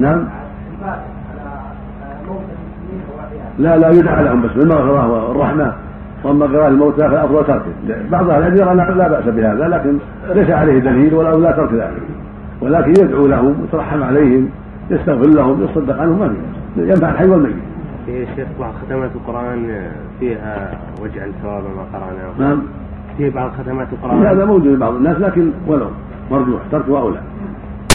نعم لا لا يدعى لهم بس اما غفراه الرحمه واما قراءه الموتى فالافضل تركه بعض اهل العلم يرى لا باس بهذا لكن ليس عليه دليل ولا لا ترك ذلك ولكن يدعو لهم ويترحم عليهم يستغفر لهم يصدق عنهم ما في بأس. ينفع الحي والميت في إيه، شيخ بعض ختمات القرآن فيها واجعل ثواب ما قرأناه نعم في بعض ختمات هذا القرآن موجود عند بعض الناس لكن ولو مرجوح تركه اولى